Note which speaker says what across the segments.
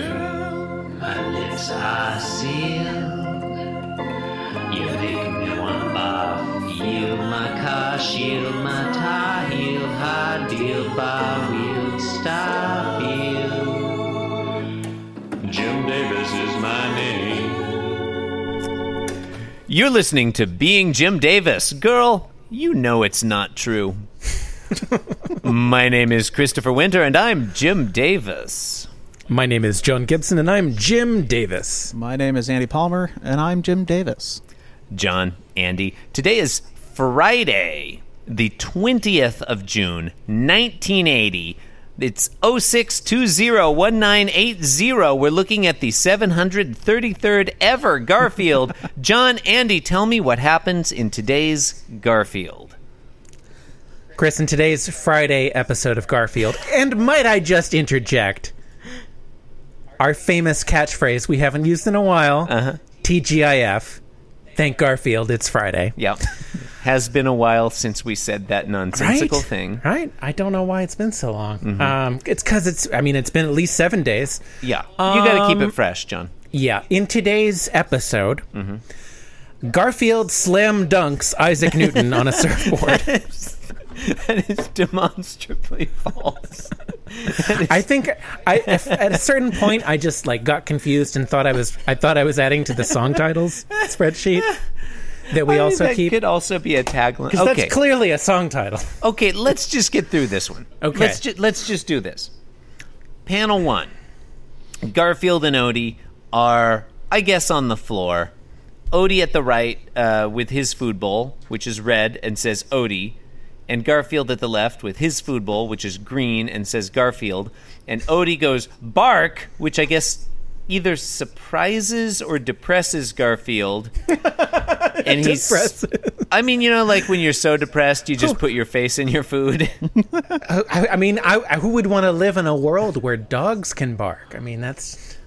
Speaker 1: Girl, my lips are sealed. You make me wanna barf. Yield my car, shield my tie, heel, high deal, bar wheel, stop you. Jim Davis is my name.
Speaker 2: You're listening to Being Jim Davis. Girl, you know it's not true. My name is Christopher Winter, and I'm Jim Davis.
Speaker 3: My name is Joan Gibson, and I'm Jim Davis.
Speaker 4: My name is Andy Palmer, and I'm Jim Davis.
Speaker 2: John, Andy, today is Friday, the 20th of June, 1980. It's 06201980. We're looking at the 733rd ever Garfield. John, Andy, tell me what happens in today's Garfield.
Speaker 3: Chris, in today's Friday episode of Garfield, and might I just interject, our famous catchphrase we haven't used in a while, TGIF, thank Garfield, it's Friday.
Speaker 2: Yep. Has been a while since we said that nonsensical thing.
Speaker 3: Right? I don't know why it's been so long. Um, it's because it's, I mean, it's been at least seven days.
Speaker 2: Yeah. you got to keep it fresh, John.
Speaker 3: Yeah. In today's episode, Garfield slam dunks Isaac Newton on a surfboard.
Speaker 2: that is demonstrably false.
Speaker 3: I think I if, at a certain point I just like got confused and thought I was I thought I was adding to the song titles spreadsheet that we also
Speaker 2: that
Speaker 3: keep.
Speaker 2: could also be a tagline.
Speaker 3: 'Cause
Speaker 2: Okay.
Speaker 3: That's clearly a song title.
Speaker 2: okay, let's just get through this one.
Speaker 3: Okay.
Speaker 2: Let's, ju- let's just do this. Panel one Garfield and Odie are, I guess, on the floor. Odie at the right uh, with his food bowl, which is red and says Odie. And Garfield at the left with his food bowl, which is green and says Garfield. And Odie goes bark, which I guess either surprises or depresses Garfield. and he's I mean, you know, like when you're so depressed, you just put your face in your food.
Speaker 3: Oh, I, I mean, I, I- who would want to live in a world where dogs can bark? I mean, that's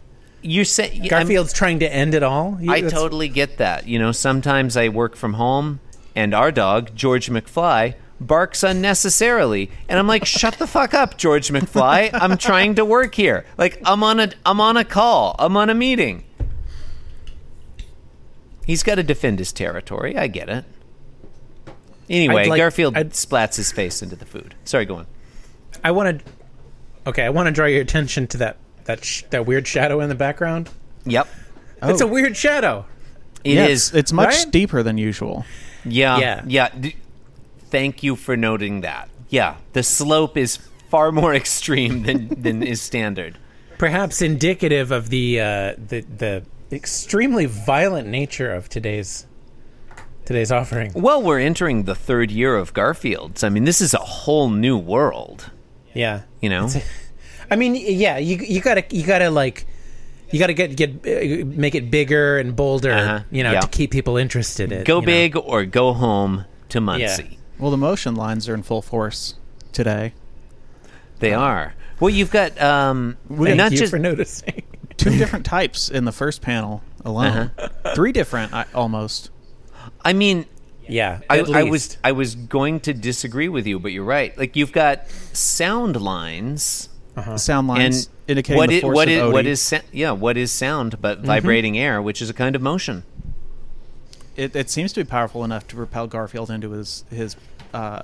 Speaker 2: You're saying
Speaker 3: Garfield's trying to end it all. You-
Speaker 2: I
Speaker 3: that's-
Speaker 2: totally get that. You know, sometimes I work from home, and our dog George McFly barks unnecessarily, and I'm like, "Shut the fuck up, George McFly! I'm trying to work here. Like, I'm on a I'm on a call. I'm on a meeting." He's got to defend his territory. I get it. Anyway,
Speaker 3: I'd like-
Speaker 2: Garfield
Speaker 3: I'd-
Speaker 2: splats his face into the food. Sorry, go on.
Speaker 3: I want to. Okay, I want to draw your attention to that that sh- that weird shadow in the background.
Speaker 2: Yep, Oh.
Speaker 3: It's a weird shadow.
Speaker 2: it is.
Speaker 4: Yeah, it's, it's much
Speaker 3: right?
Speaker 4: deeper than usual.
Speaker 2: Yeah.
Speaker 3: Yeah.
Speaker 2: D- thank you for noting that. Yeah. The slope is far more extreme than, than is standard.
Speaker 3: perhaps indicative of the uh, the the extremely violent nature of today's today's offering.
Speaker 2: Well, we're entering the third year of Garfield's. I mean, this is a whole new world,
Speaker 3: Yeah,
Speaker 2: you know?
Speaker 3: I mean, yeah, you you gotta you gotta like you gotta get get uh, make it bigger and bolder,
Speaker 2: Uh-huh,
Speaker 3: you know,
Speaker 2: yeah.
Speaker 3: to keep people interested. in-
Speaker 2: Go
Speaker 3: you know.
Speaker 2: big or go home to Muncie.
Speaker 4: Well, the motion lines are in full force today.
Speaker 2: They are. Well, you've got um,
Speaker 3: Thank
Speaker 2: not
Speaker 3: you
Speaker 2: just
Speaker 3: for noticing.
Speaker 4: Two different types in the first panel alone.
Speaker 2: Uh-huh.
Speaker 4: Three different, I, almost.
Speaker 2: I mean,
Speaker 3: yeah,
Speaker 2: I,
Speaker 3: at
Speaker 2: I
Speaker 3: least.
Speaker 2: was I was going to disagree with you, but you're right. Like you've got sound lines
Speaker 4: Sound
Speaker 2: Uh-huh. and
Speaker 4: lines indicating
Speaker 2: what
Speaker 4: the
Speaker 2: i-
Speaker 4: force
Speaker 2: what
Speaker 4: of
Speaker 2: i-
Speaker 4: Odie.
Speaker 2: what is sa- yeah what is sound but vibrating air which is a kind of motion
Speaker 4: it, it seems to be powerful enough to propel Garfield into his his. Uh,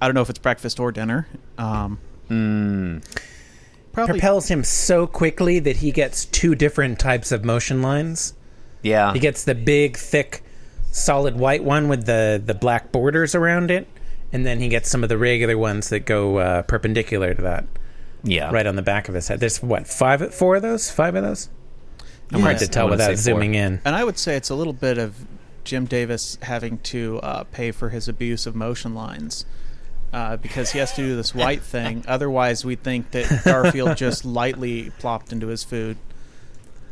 Speaker 4: I don't know if it's breakfast or dinner. Um,
Speaker 2: Hmm.
Speaker 4: Probably.
Speaker 3: propels him so quickly that he gets two different types of motion lines.
Speaker 2: yeah
Speaker 3: He gets the big, thick, solid white one with the the black borders around it, and then he gets some of the regular ones that go uh, perpendicular to that,
Speaker 2: yeah
Speaker 3: right on the back of his head. There's what five, four of those, five of those.
Speaker 4: I'm
Speaker 3: Hard to tell
Speaker 2: wanna say
Speaker 3: without
Speaker 2: four.
Speaker 3: zooming in.
Speaker 4: And I would say it's a little bit of Jim Davis having to uh, pay for his abuse of motion lines uh, because he has to do this white thing. Otherwise, we'd think that Garfield just lightly plopped into his food.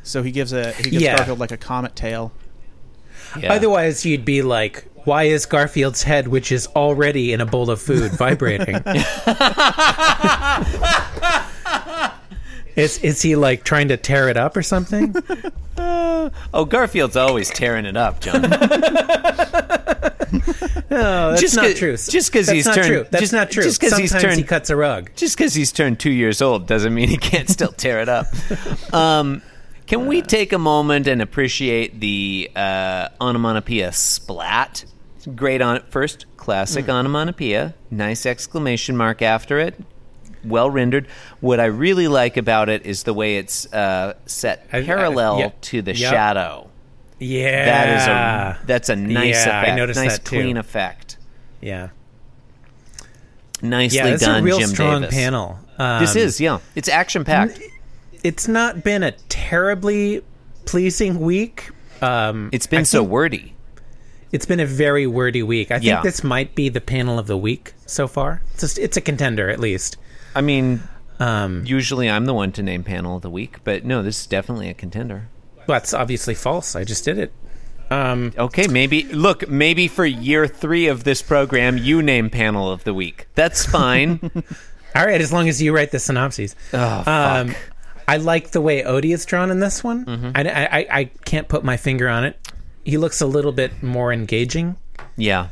Speaker 4: So he gives a he gives
Speaker 3: Yeah.
Speaker 4: Garfield like a comet tail.
Speaker 2: yeah.
Speaker 3: Otherwise, you'd be like, why is Garfield's head, which is already in a bowl of food, vibrating? is is he like trying to tear it up or something?
Speaker 2: oh garfield's always tearing it up john
Speaker 3: No, that's
Speaker 2: Just
Speaker 3: not
Speaker 2: 'cause-
Speaker 3: true.
Speaker 2: just 'cause
Speaker 3: That's
Speaker 2: he's
Speaker 3: not
Speaker 2: turned-
Speaker 3: True. That's
Speaker 2: just-
Speaker 3: not true.
Speaker 2: just 'cause he's
Speaker 3: Sometimes he
Speaker 2: turned-
Speaker 3: cuts a rug.
Speaker 2: just because he's turned two years old doesn't mean he can't still tear it up. Um, can
Speaker 3: Uh.
Speaker 2: we take a moment and appreciate the uh, onomatopoeia splat? It's great on it. First, classic
Speaker 3: Mm.
Speaker 2: onomatopoeia. Nice exclamation mark after it. Well rendered. What I really like about it is the way it's uh, set
Speaker 3: I- I-
Speaker 2: parallel
Speaker 3: yeah.
Speaker 2: to the
Speaker 3: Yep.
Speaker 2: shadow.
Speaker 3: Yeah,
Speaker 2: That is a that's a nice
Speaker 3: Yeah, I
Speaker 2: effect.
Speaker 3: noticed
Speaker 2: nice
Speaker 3: that too.
Speaker 2: clean effect.
Speaker 3: yeah,
Speaker 2: Nicely
Speaker 3: yeah. That's
Speaker 2: done,
Speaker 3: a real
Speaker 2: Jim
Speaker 3: strong
Speaker 2: Davis.
Speaker 3: panel. Um,
Speaker 2: This is yeah. It's action packed.
Speaker 3: It's not been a terribly pleasing week. Um,
Speaker 2: It's been so wordy.
Speaker 3: it's been a very wordy week. I think
Speaker 2: Yeah.
Speaker 3: this might be the panel of the week so far. It's just, it's a contender at least.
Speaker 2: I mean,
Speaker 3: Um,
Speaker 2: usually I'm the one to name panel of the week, but no, this is definitely a contender.
Speaker 3: well, that's obviously false. I just did it. Um,
Speaker 2: Okay, maybe look, maybe for year three of this program, you name panel of the week. That's fine.
Speaker 3: all right, as long as you write the synopses.
Speaker 2: oh, fuck. Mm-hmm.
Speaker 3: Um, I like the way Odie is drawn in this one. I, I, I can't put my finger on it. He looks a little bit more engaging.
Speaker 2: yeah,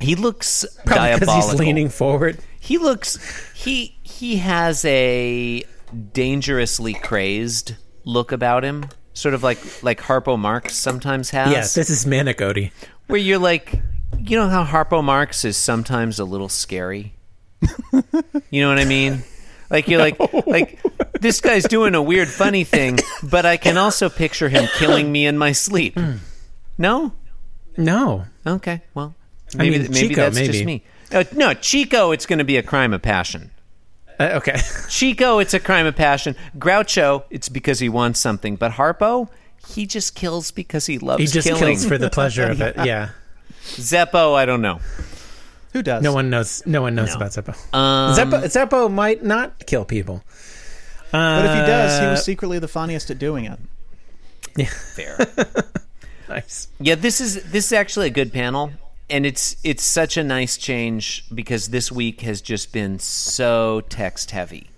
Speaker 2: he looks
Speaker 3: Probably because
Speaker 2: diabolical.
Speaker 3: he's leaning forward.
Speaker 2: He looks he he has a dangerously crazed look about him, sort of like like Harpo Marx sometimes has.
Speaker 3: Yes, this is manic Odie.
Speaker 2: where you're like, you know how Harpo Marx is sometimes a little scary. you know what I mean? Like you're like like this guy's doing a weird funny thing, but I can also picture him killing me in my sleep.
Speaker 3: Hmm.
Speaker 2: No?
Speaker 3: No,
Speaker 2: Okay. Well, maybe
Speaker 3: mean,
Speaker 2: th- maybe
Speaker 3: Chico,
Speaker 2: that's just
Speaker 3: maybe.
Speaker 2: me. Uh, no, Chico, it's going to be a crime of passion.
Speaker 3: uh, okay.
Speaker 2: Chico, it's a crime of passion. Groucho, it's because he wants something. But Harpo, he just kills because he loves
Speaker 3: He just
Speaker 2: killing.
Speaker 3: kills for the pleasure of it. Yeah,
Speaker 2: Zeppo, I don't know.
Speaker 4: Who does?
Speaker 3: no one knows. No one knows about Zeppo.
Speaker 2: Um,
Speaker 3: Zeppo. Zeppo might not kill people. Uh,
Speaker 4: But if he does, he was secretly the funniest at doing it.
Speaker 2: Fair.
Speaker 3: Uh, nice.
Speaker 2: Yeah, this is this is actually a good panel, and it's it's such a nice change because this week has just been so text heavy,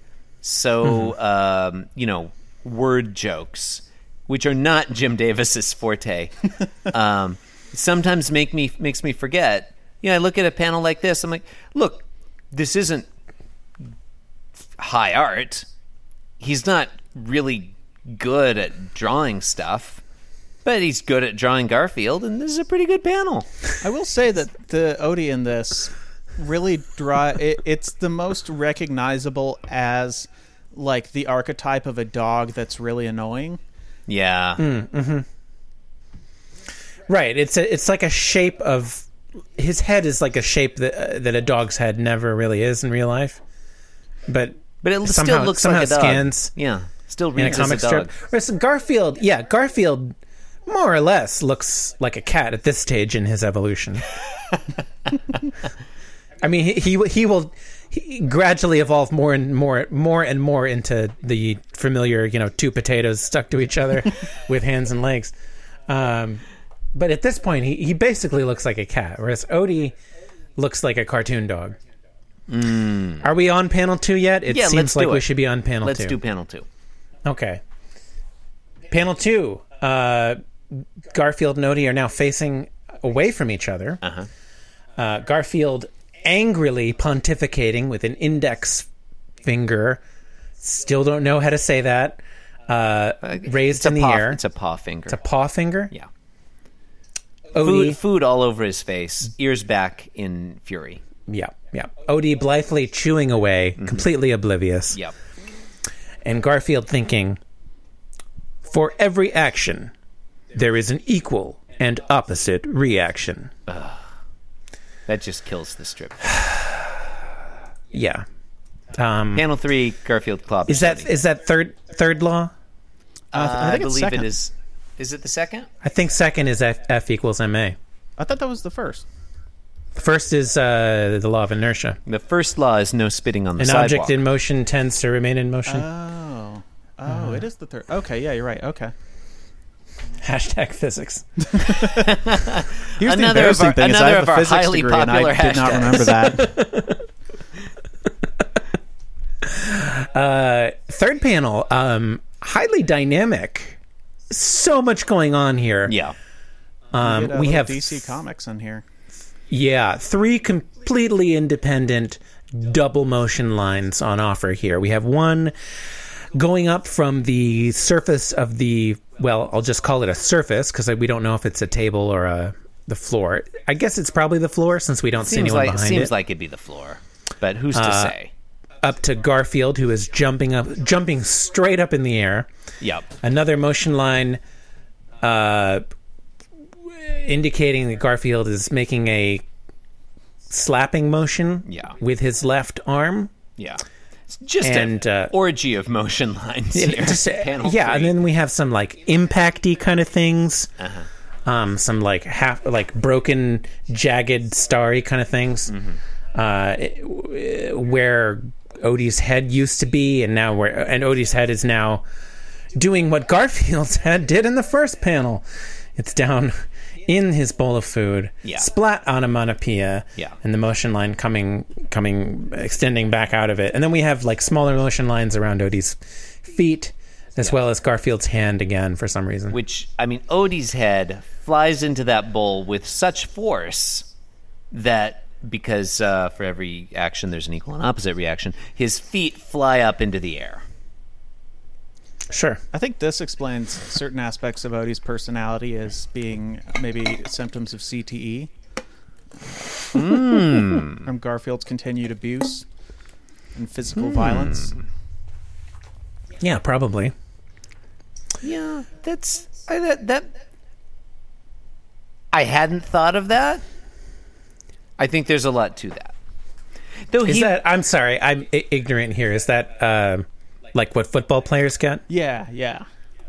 Speaker 2: so um, you know word jokes, which are not Jim Davis's forte. um, sometimes make me makes me forget. You know, I look at a panel like this, I'm like, look, this isn't high art. He's not really good at drawing stuff. But he's good at drawing Garfield, and this is a pretty good panel.
Speaker 4: I will say that the Odie in this really dry. It, it's the most recognizable as like the archetype of a dog that's really annoying.
Speaker 2: Yeah.
Speaker 3: Hmm. Right. It's a, it's like a shape of his head is like a shape that uh, that a dog's head never really is in real life, but
Speaker 2: But it
Speaker 3: Somehow-
Speaker 2: still looks
Speaker 3: somehow
Speaker 2: like a dog.
Speaker 3: scans.
Speaker 2: Yeah. Still
Speaker 3: in a
Speaker 2: reads
Speaker 3: comic
Speaker 2: as a dog.
Speaker 3: strip. Whereas Garfield, yeah, Garfield more or less looks like a cat at this stage in his evolution. I mean, he he, he will he gradually evolve more and more, more and more into the familiar, you know, two potatoes stuck to each other with hands and legs. Um, but at this point, he, he basically looks like a cat, whereas Odie looks like a cartoon dog. Are we on panel two yet? It
Speaker 2: Mm. Yeah,
Speaker 3: seems
Speaker 2: let's do
Speaker 3: like we
Speaker 2: it.
Speaker 3: should be on panel
Speaker 2: Let's
Speaker 3: two.
Speaker 2: do panel two.
Speaker 3: Okay. Panel two. Uh, Garfield and Odie are now facing away from each other. Uh-huh. Garfield angrily pontificating with an index finger. Still don't know how to say that. Uh, raised
Speaker 2: It's a
Speaker 3: in the
Speaker 2: paw,
Speaker 3: air.
Speaker 2: It's a paw finger.
Speaker 3: It's a paw finger.
Speaker 2: yeah.
Speaker 3: Odie.
Speaker 2: Food, food all over his face, ears back in fury.
Speaker 3: Yeah. Yeah. Odie blithely chewing away,
Speaker 2: Mm-hmm.
Speaker 3: completely oblivious.
Speaker 2: Yep.
Speaker 3: and Garfield thinking, For every action, there is an equal and opposite reaction.
Speaker 2: That just kills the strip.
Speaker 3: Yeah. Um,
Speaker 2: panel three, Garfield Club.
Speaker 3: is that is that third third law?
Speaker 4: Uh, th-
Speaker 2: I,
Speaker 4: think it's
Speaker 2: believe
Speaker 4: second.
Speaker 2: it is. Is it the second?
Speaker 3: I think second is F, F equals ma.
Speaker 4: I thought that was the first.
Speaker 3: First is uh, the law of inertia.
Speaker 2: The first law is no spitting on the
Speaker 3: An
Speaker 2: sidewalk. Uh.
Speaker 3: object in motion tends to remain in motion.
Speaker 4: Oh, oh,
Speaker 2: Uh-huh.
Speaker 4: it is the third. Okay, yeah, you're right. Okay.
Speaker 3: Hashtag physics.
Speaker 4: Here's
Speaker 2: Another of our- another of our highly popular
Speaker 4: did not
Speaker 2: hashtags.
Speaker 4: remember that.
Speaker 3: Third panel, um, highly dynamic. So much going on here.
Speaker 2: yeah.
Speaker 3: Um,
Speaker 4: Get,
Speaker 3: we
Speaker 4: uh,
Speaker 2: Um,
Speaker 4: little
Speaker 3: have
Speaker 4: DC Comics in here.
Speaker 3: Yeah, three completely independent double motion lines on offer here. We have one going up from the surface of the well, I'll just call it a surface because we don't know if it's a table or a the floor. I guess it's probably the floor since we don't see
Speaker 2: Seems
Speaker 3: anyone
Speaker 2: like
Speaker 3: behind
Speaker 2: seems
Speaker 3: it. Uh,
Speaker 2: like it'd be the floor, but who's to say?
Speaker 3: up to Garfield who is jumping up jumping straight up in the air.
Speaker 2: Yep.
Speaker 3: another motion line uh, indicating that Garfield is making a slapping motion
Speaker 2: Yeah.
Speaker 3: with his left arm.
Speaker 2: Yeah. It's just
Speaker 3: And,
Speaker 2: an
Speaker 3: uh,
Speaker 2: orgy of motion lines here.
Speaker 3: Just, uh,
Speaker 2: Panel
Speaker 3: yeah,
Speaker 2: three.
Speaker 3: and then we have some like impacty kind of things.
Speaker 2: Uh-huh.
Speaker 3: Um, some like half like broken, jagged, starry kind of things.
Speaker 2: Mm-hmm.
Speaker 3: Uh, it- w- where Odie's head used to be, and now where and Odie's head is now doing what Garfield's head did in the first panel. It's down in his bowl of food.
Speaker 2: Yeah.
Speaker 3: Splat onomatopoeia.
Speaker 2: Yeah.
Speaker 3: And the motion line coming coming extending back out of it. And then we have like smaller motion lines around Odie's feet as well as Garfield's hand again for some reason.
Speaker 2: which I mean, Odie's head flies into that bowl with such force that because uh, for every action there's an equal and opposite reaction, his feet fly up into the air.
Speaker 3: sure.
Speaker 4: I think this explains certain aspects of Odie's personality as being maybe symptoms of CTE.
Speaker 2: Hmm.
Speaker 4: From Garfield's continued abuse and physical
Speaker 2: Hmm.
Speaker 4: violence.
Speaker 3: Yeah, probably.
Speaker 2: Yeah, that's I, that that I hadn't thought of that. I think there's a lot to that. Though
Speaker 3: Is
Speaker 2: he
Speaker 3: that I'm sorry, I'm I- ignorant here. Is that uh, like what football players get?
Speaker 4: Yeah, yeah.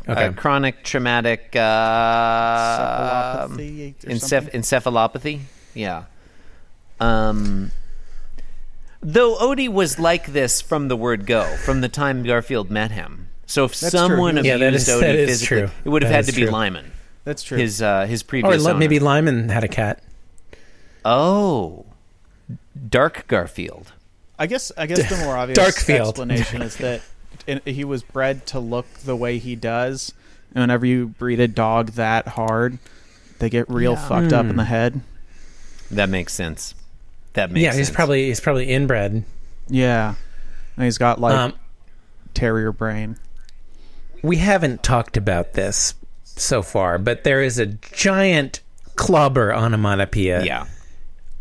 Speaker 3: Okay.
Speaker 2: uh, chronic traumatic uh,
Speaker 4: Encephalopathy or something.
Speaker 2: Encep- encephalopathy. Yeah. Um, though Odie was like this from the word go, from the time Garfield met him. So if
Speaker 4: true.
Speaker 2: someone
Speaker 4: He
Speaker 2: abused
Speaker 4: was-
Speaker 3: Yeah, that is-
Speaker 2: Odie
Speaker 3: that is
Speaker 2: physically,
Speaker 3: true.
Speaker 2: it would have
Speaker 3: That
Speaker 2: had
Speaker 3: is
Speaker 2: to be
Speaker 3: true.
Speaker 2: Lyman,
Speaker 4: That's true.
Speaker 2: his uh, his
Speaker 3: Or
Speaker 2: previous.
Speaker 3: let,
Speaker 2: owner.
Speaker 3: maybe Lyman had a cat.
Speaker 2: Oh, Dark Garfield.
Speaker 4: I guess I guess the more obvious
Speaker 3: Darkfield.
Speaker 4: explanation is that in- he was bred to look the way he does, and whenever you breed a dog that hard, they get real fucked up in the head.
Speaker 2: That makes sense. That makes
Speaker 3: Yeah,
Speaker 2: sense.
Speaker 3: he's probably he's probably inbred.
Speaker 4: Yeah, and he's got like
Speaker 3: Um,
Speaker 4: terrier brain.
Speaker 3: we haven't talked about this so far, but there is a giant clobber onomatopoeia.
Speaker 2: yeah.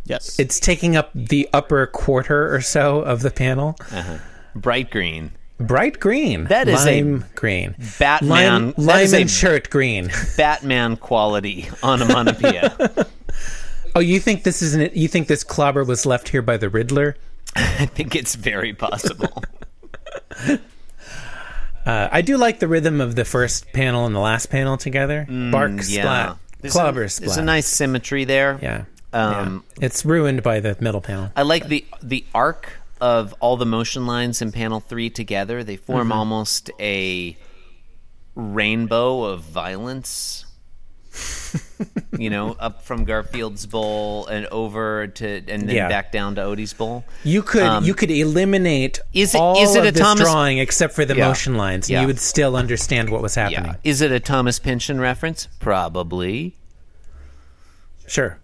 Speaker 4: Yes,
Speaker 3: It's taking up the upper quarter or so of the panel.
Speaker 2: Bright green.
Speaker 3: Bright green.
Speaker 2: That is a
Speaker 3: lime green.
Speaker 2: Batman.
Speaker 3: Lime,
Speaker 2: that is
Speaker 3: lime
Speaker 2: a
Speaker 3: and shirt green.
Speaker 2: Batman quality onomatopoeia.
Speaker 3: Oh, you think this is an, you think this clobber was left here by the Riddler?
Speaker 2: I think it's very possible.
Speaker 3: Uh, I do like the rhythm of the first panel and the last panel together. Bark
Speaker 2: Mm, yeah.
Speaker 3: splat,
Speaker 2: There's
Speaker 3: clobber
Speaker 2: a,
Speaker 3: splat.
Speaker 2: There's a nice symmetry there.
Speaker 3: yeah.
Speaker 2: Um, Uh,
Speaker 3: yeah. It's ruined by the middle panel.
Speaker 2: I like the the arc of all the motion lines in panel three together. They form
Speaker 3: Mm-hmm.
Speaker 2: almost a rainbow of violence. you know, up from Garfield's bowl and over to, and then
Speaker 3: Yeah.
Speaker 2: back down to Odie's bowl.
Speaker 3: You could
Speaker 2: Um,
Speaker 3: you could eliminate
Speaker 2: Is it-
Speaker 3: all
Speaker 2: is it
Speaker 3: of
Speaker 2: a
Speaker 3: this
Speaker 2: Thomas-
Speaker 3: drawing except for the
Speaker 2: Yeah.
Speaker 3: motion lines, and
Speaker 2: Yeah.
Speaker 3: you would still understand what was
Speaker 2: Yeah.
Speaker 3: happening.
Speaker 2: Is it a Thomas Pynchon reference? Probably.
Speaker 3: Sure.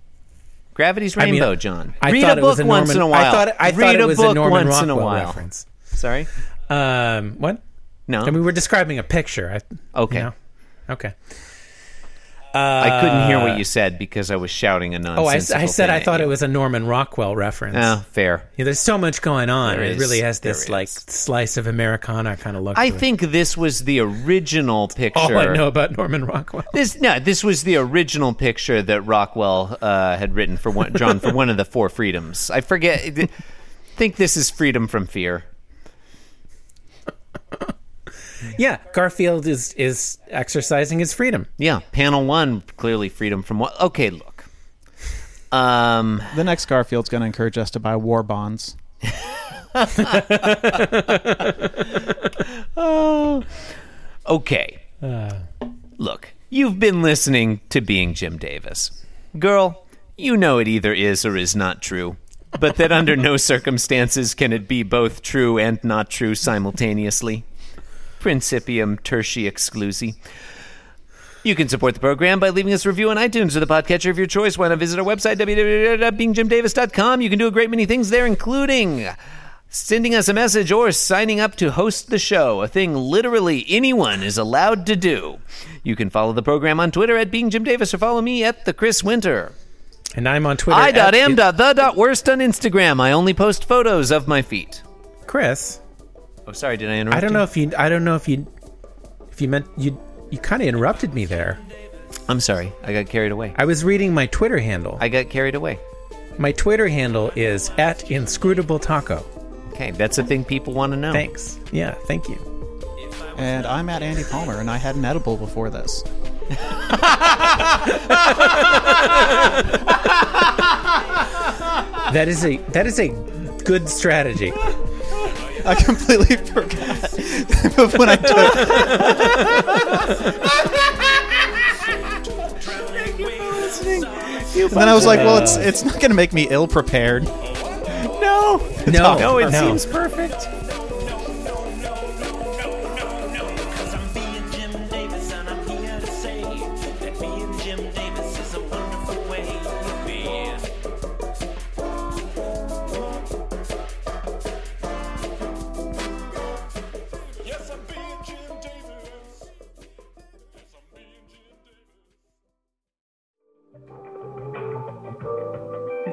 Speaker 2: Gravity's
Speaker 3: mean,
Speaker 2: Rainbow, John.
Speaker 3: I
Speaker 2: Read
Speaker 3: thought
Speaker 2: a
Speaker 3: it
Speaker 2: book
Speaker 3: was a
Speaker 2: once
Speaker 3: Norman-
Speaker 2: in a while.
Speaker 3: I thought I
Speaker 2: Read
Speaker 3: thought it
Speaker 2: a
Speaker 3: was
Speaker 2: book
Speaker 3: a Norman
Speaker 2: once in a
Speaker 3: Rockwell
Speaker 2: while.
Speaker 3: reference.
Speaker 2: Sorry?
Speaker 3: Um, what?
Speaker 2: No.
Speaker 3: And we were describing a picture. I, you
Speaker 2: Okay.
Speaker 3: know? Oh. Okay.
Speaker 2: I couldn't hear what you said because Uh, I was shouting a
Speaker 3: Oh, I, I
Speaker 2: nonsense.
Speaker 3: said I thought it was a Norman Rockwell reference.
Speaker 2: Oh, fair.
Speaker 3: Yeah, there's so much going on.
Speaker 2: There
Speaker 3: It
Speaker 2: is.
Speaker 3: really has
Speaker 2: There
Speaker 3: this
Speaker 2: is.
Speaker 3: like slice of Americana kind of look.
Speaker 2: I
Speaker 3: to it.
Speaker 2: think this was the original picture.
Speaker 3: all I know about Norman Rockwell.
Speaker 2: This no, this was the original picture that Rockwell uh, had written for one, drawn for one of the four freedoms. I forget. I think this is freedom from fear.
Speaker 3: Yeah, Garfield is is exercising his freedom.
Speaker 2: Yeah, panel one clearly freedom from what? Okay, look. Um,
Speaker 4: the next Garfield's going to encourage us to buy war bonds.
Speaker 2: okay. Look, you've been listening to Being Jim Davis. Girl, you know it either is or is not true, but that under no circumstances can it be both true and not true simultaneously. Principium tertii exclusi. You can support the program by leaving us a review on iTunes or the podcatcher of your choice. Why not visit our website, www.beingjimdavis.com. You can do a great many things there, including sending us a message or signing up to host the show, a thing literally anyone is allowed to do. You can follow the program on Twitter at beingjimdavis or follow me at the Chris Winter.
Speaker 3: And I'm on Twitter.
Speaker 2: I
Speaker 3: at
Speaker 2: dot am dot the dot worst on Instagram. I only post photos of my feet.
Speaker 3: Chris.
Speaker 2: Oh, sorry, did I interrupt?
Speaker 3: I don't
Speaker 2: you?
Speaker 3: know if you. I don't know if you. If you meant you. You kind of interrupted me there.
Speaker 2: I'm sorry. I got carried away.
Speaker 3: I was reading my Twitter handle.
Speaker 2: I got carried away.
Speaker 3: my Twitter handle is at inscrutable taco.
Speaker 2: Okay, that's a thing people want to know.
Speaker 3: Thanks. Yeah, thank you.
Speaker 4: And I'm at Andy Palmer, and I had an edible before this.
Speaker 3: That is a that is a good strategy.
Speaker 4: I completely forgot but when I took Then I was like, well, it's it's not going to make me ill prepared. No,
Speaker 3: No,
Speaker 2: No, it
Speaker 3: no.
Speaker 2: seems perfect.
Speaker 5: Yes, I'm being Jim Davis. Yes, I'm being Jim Davis.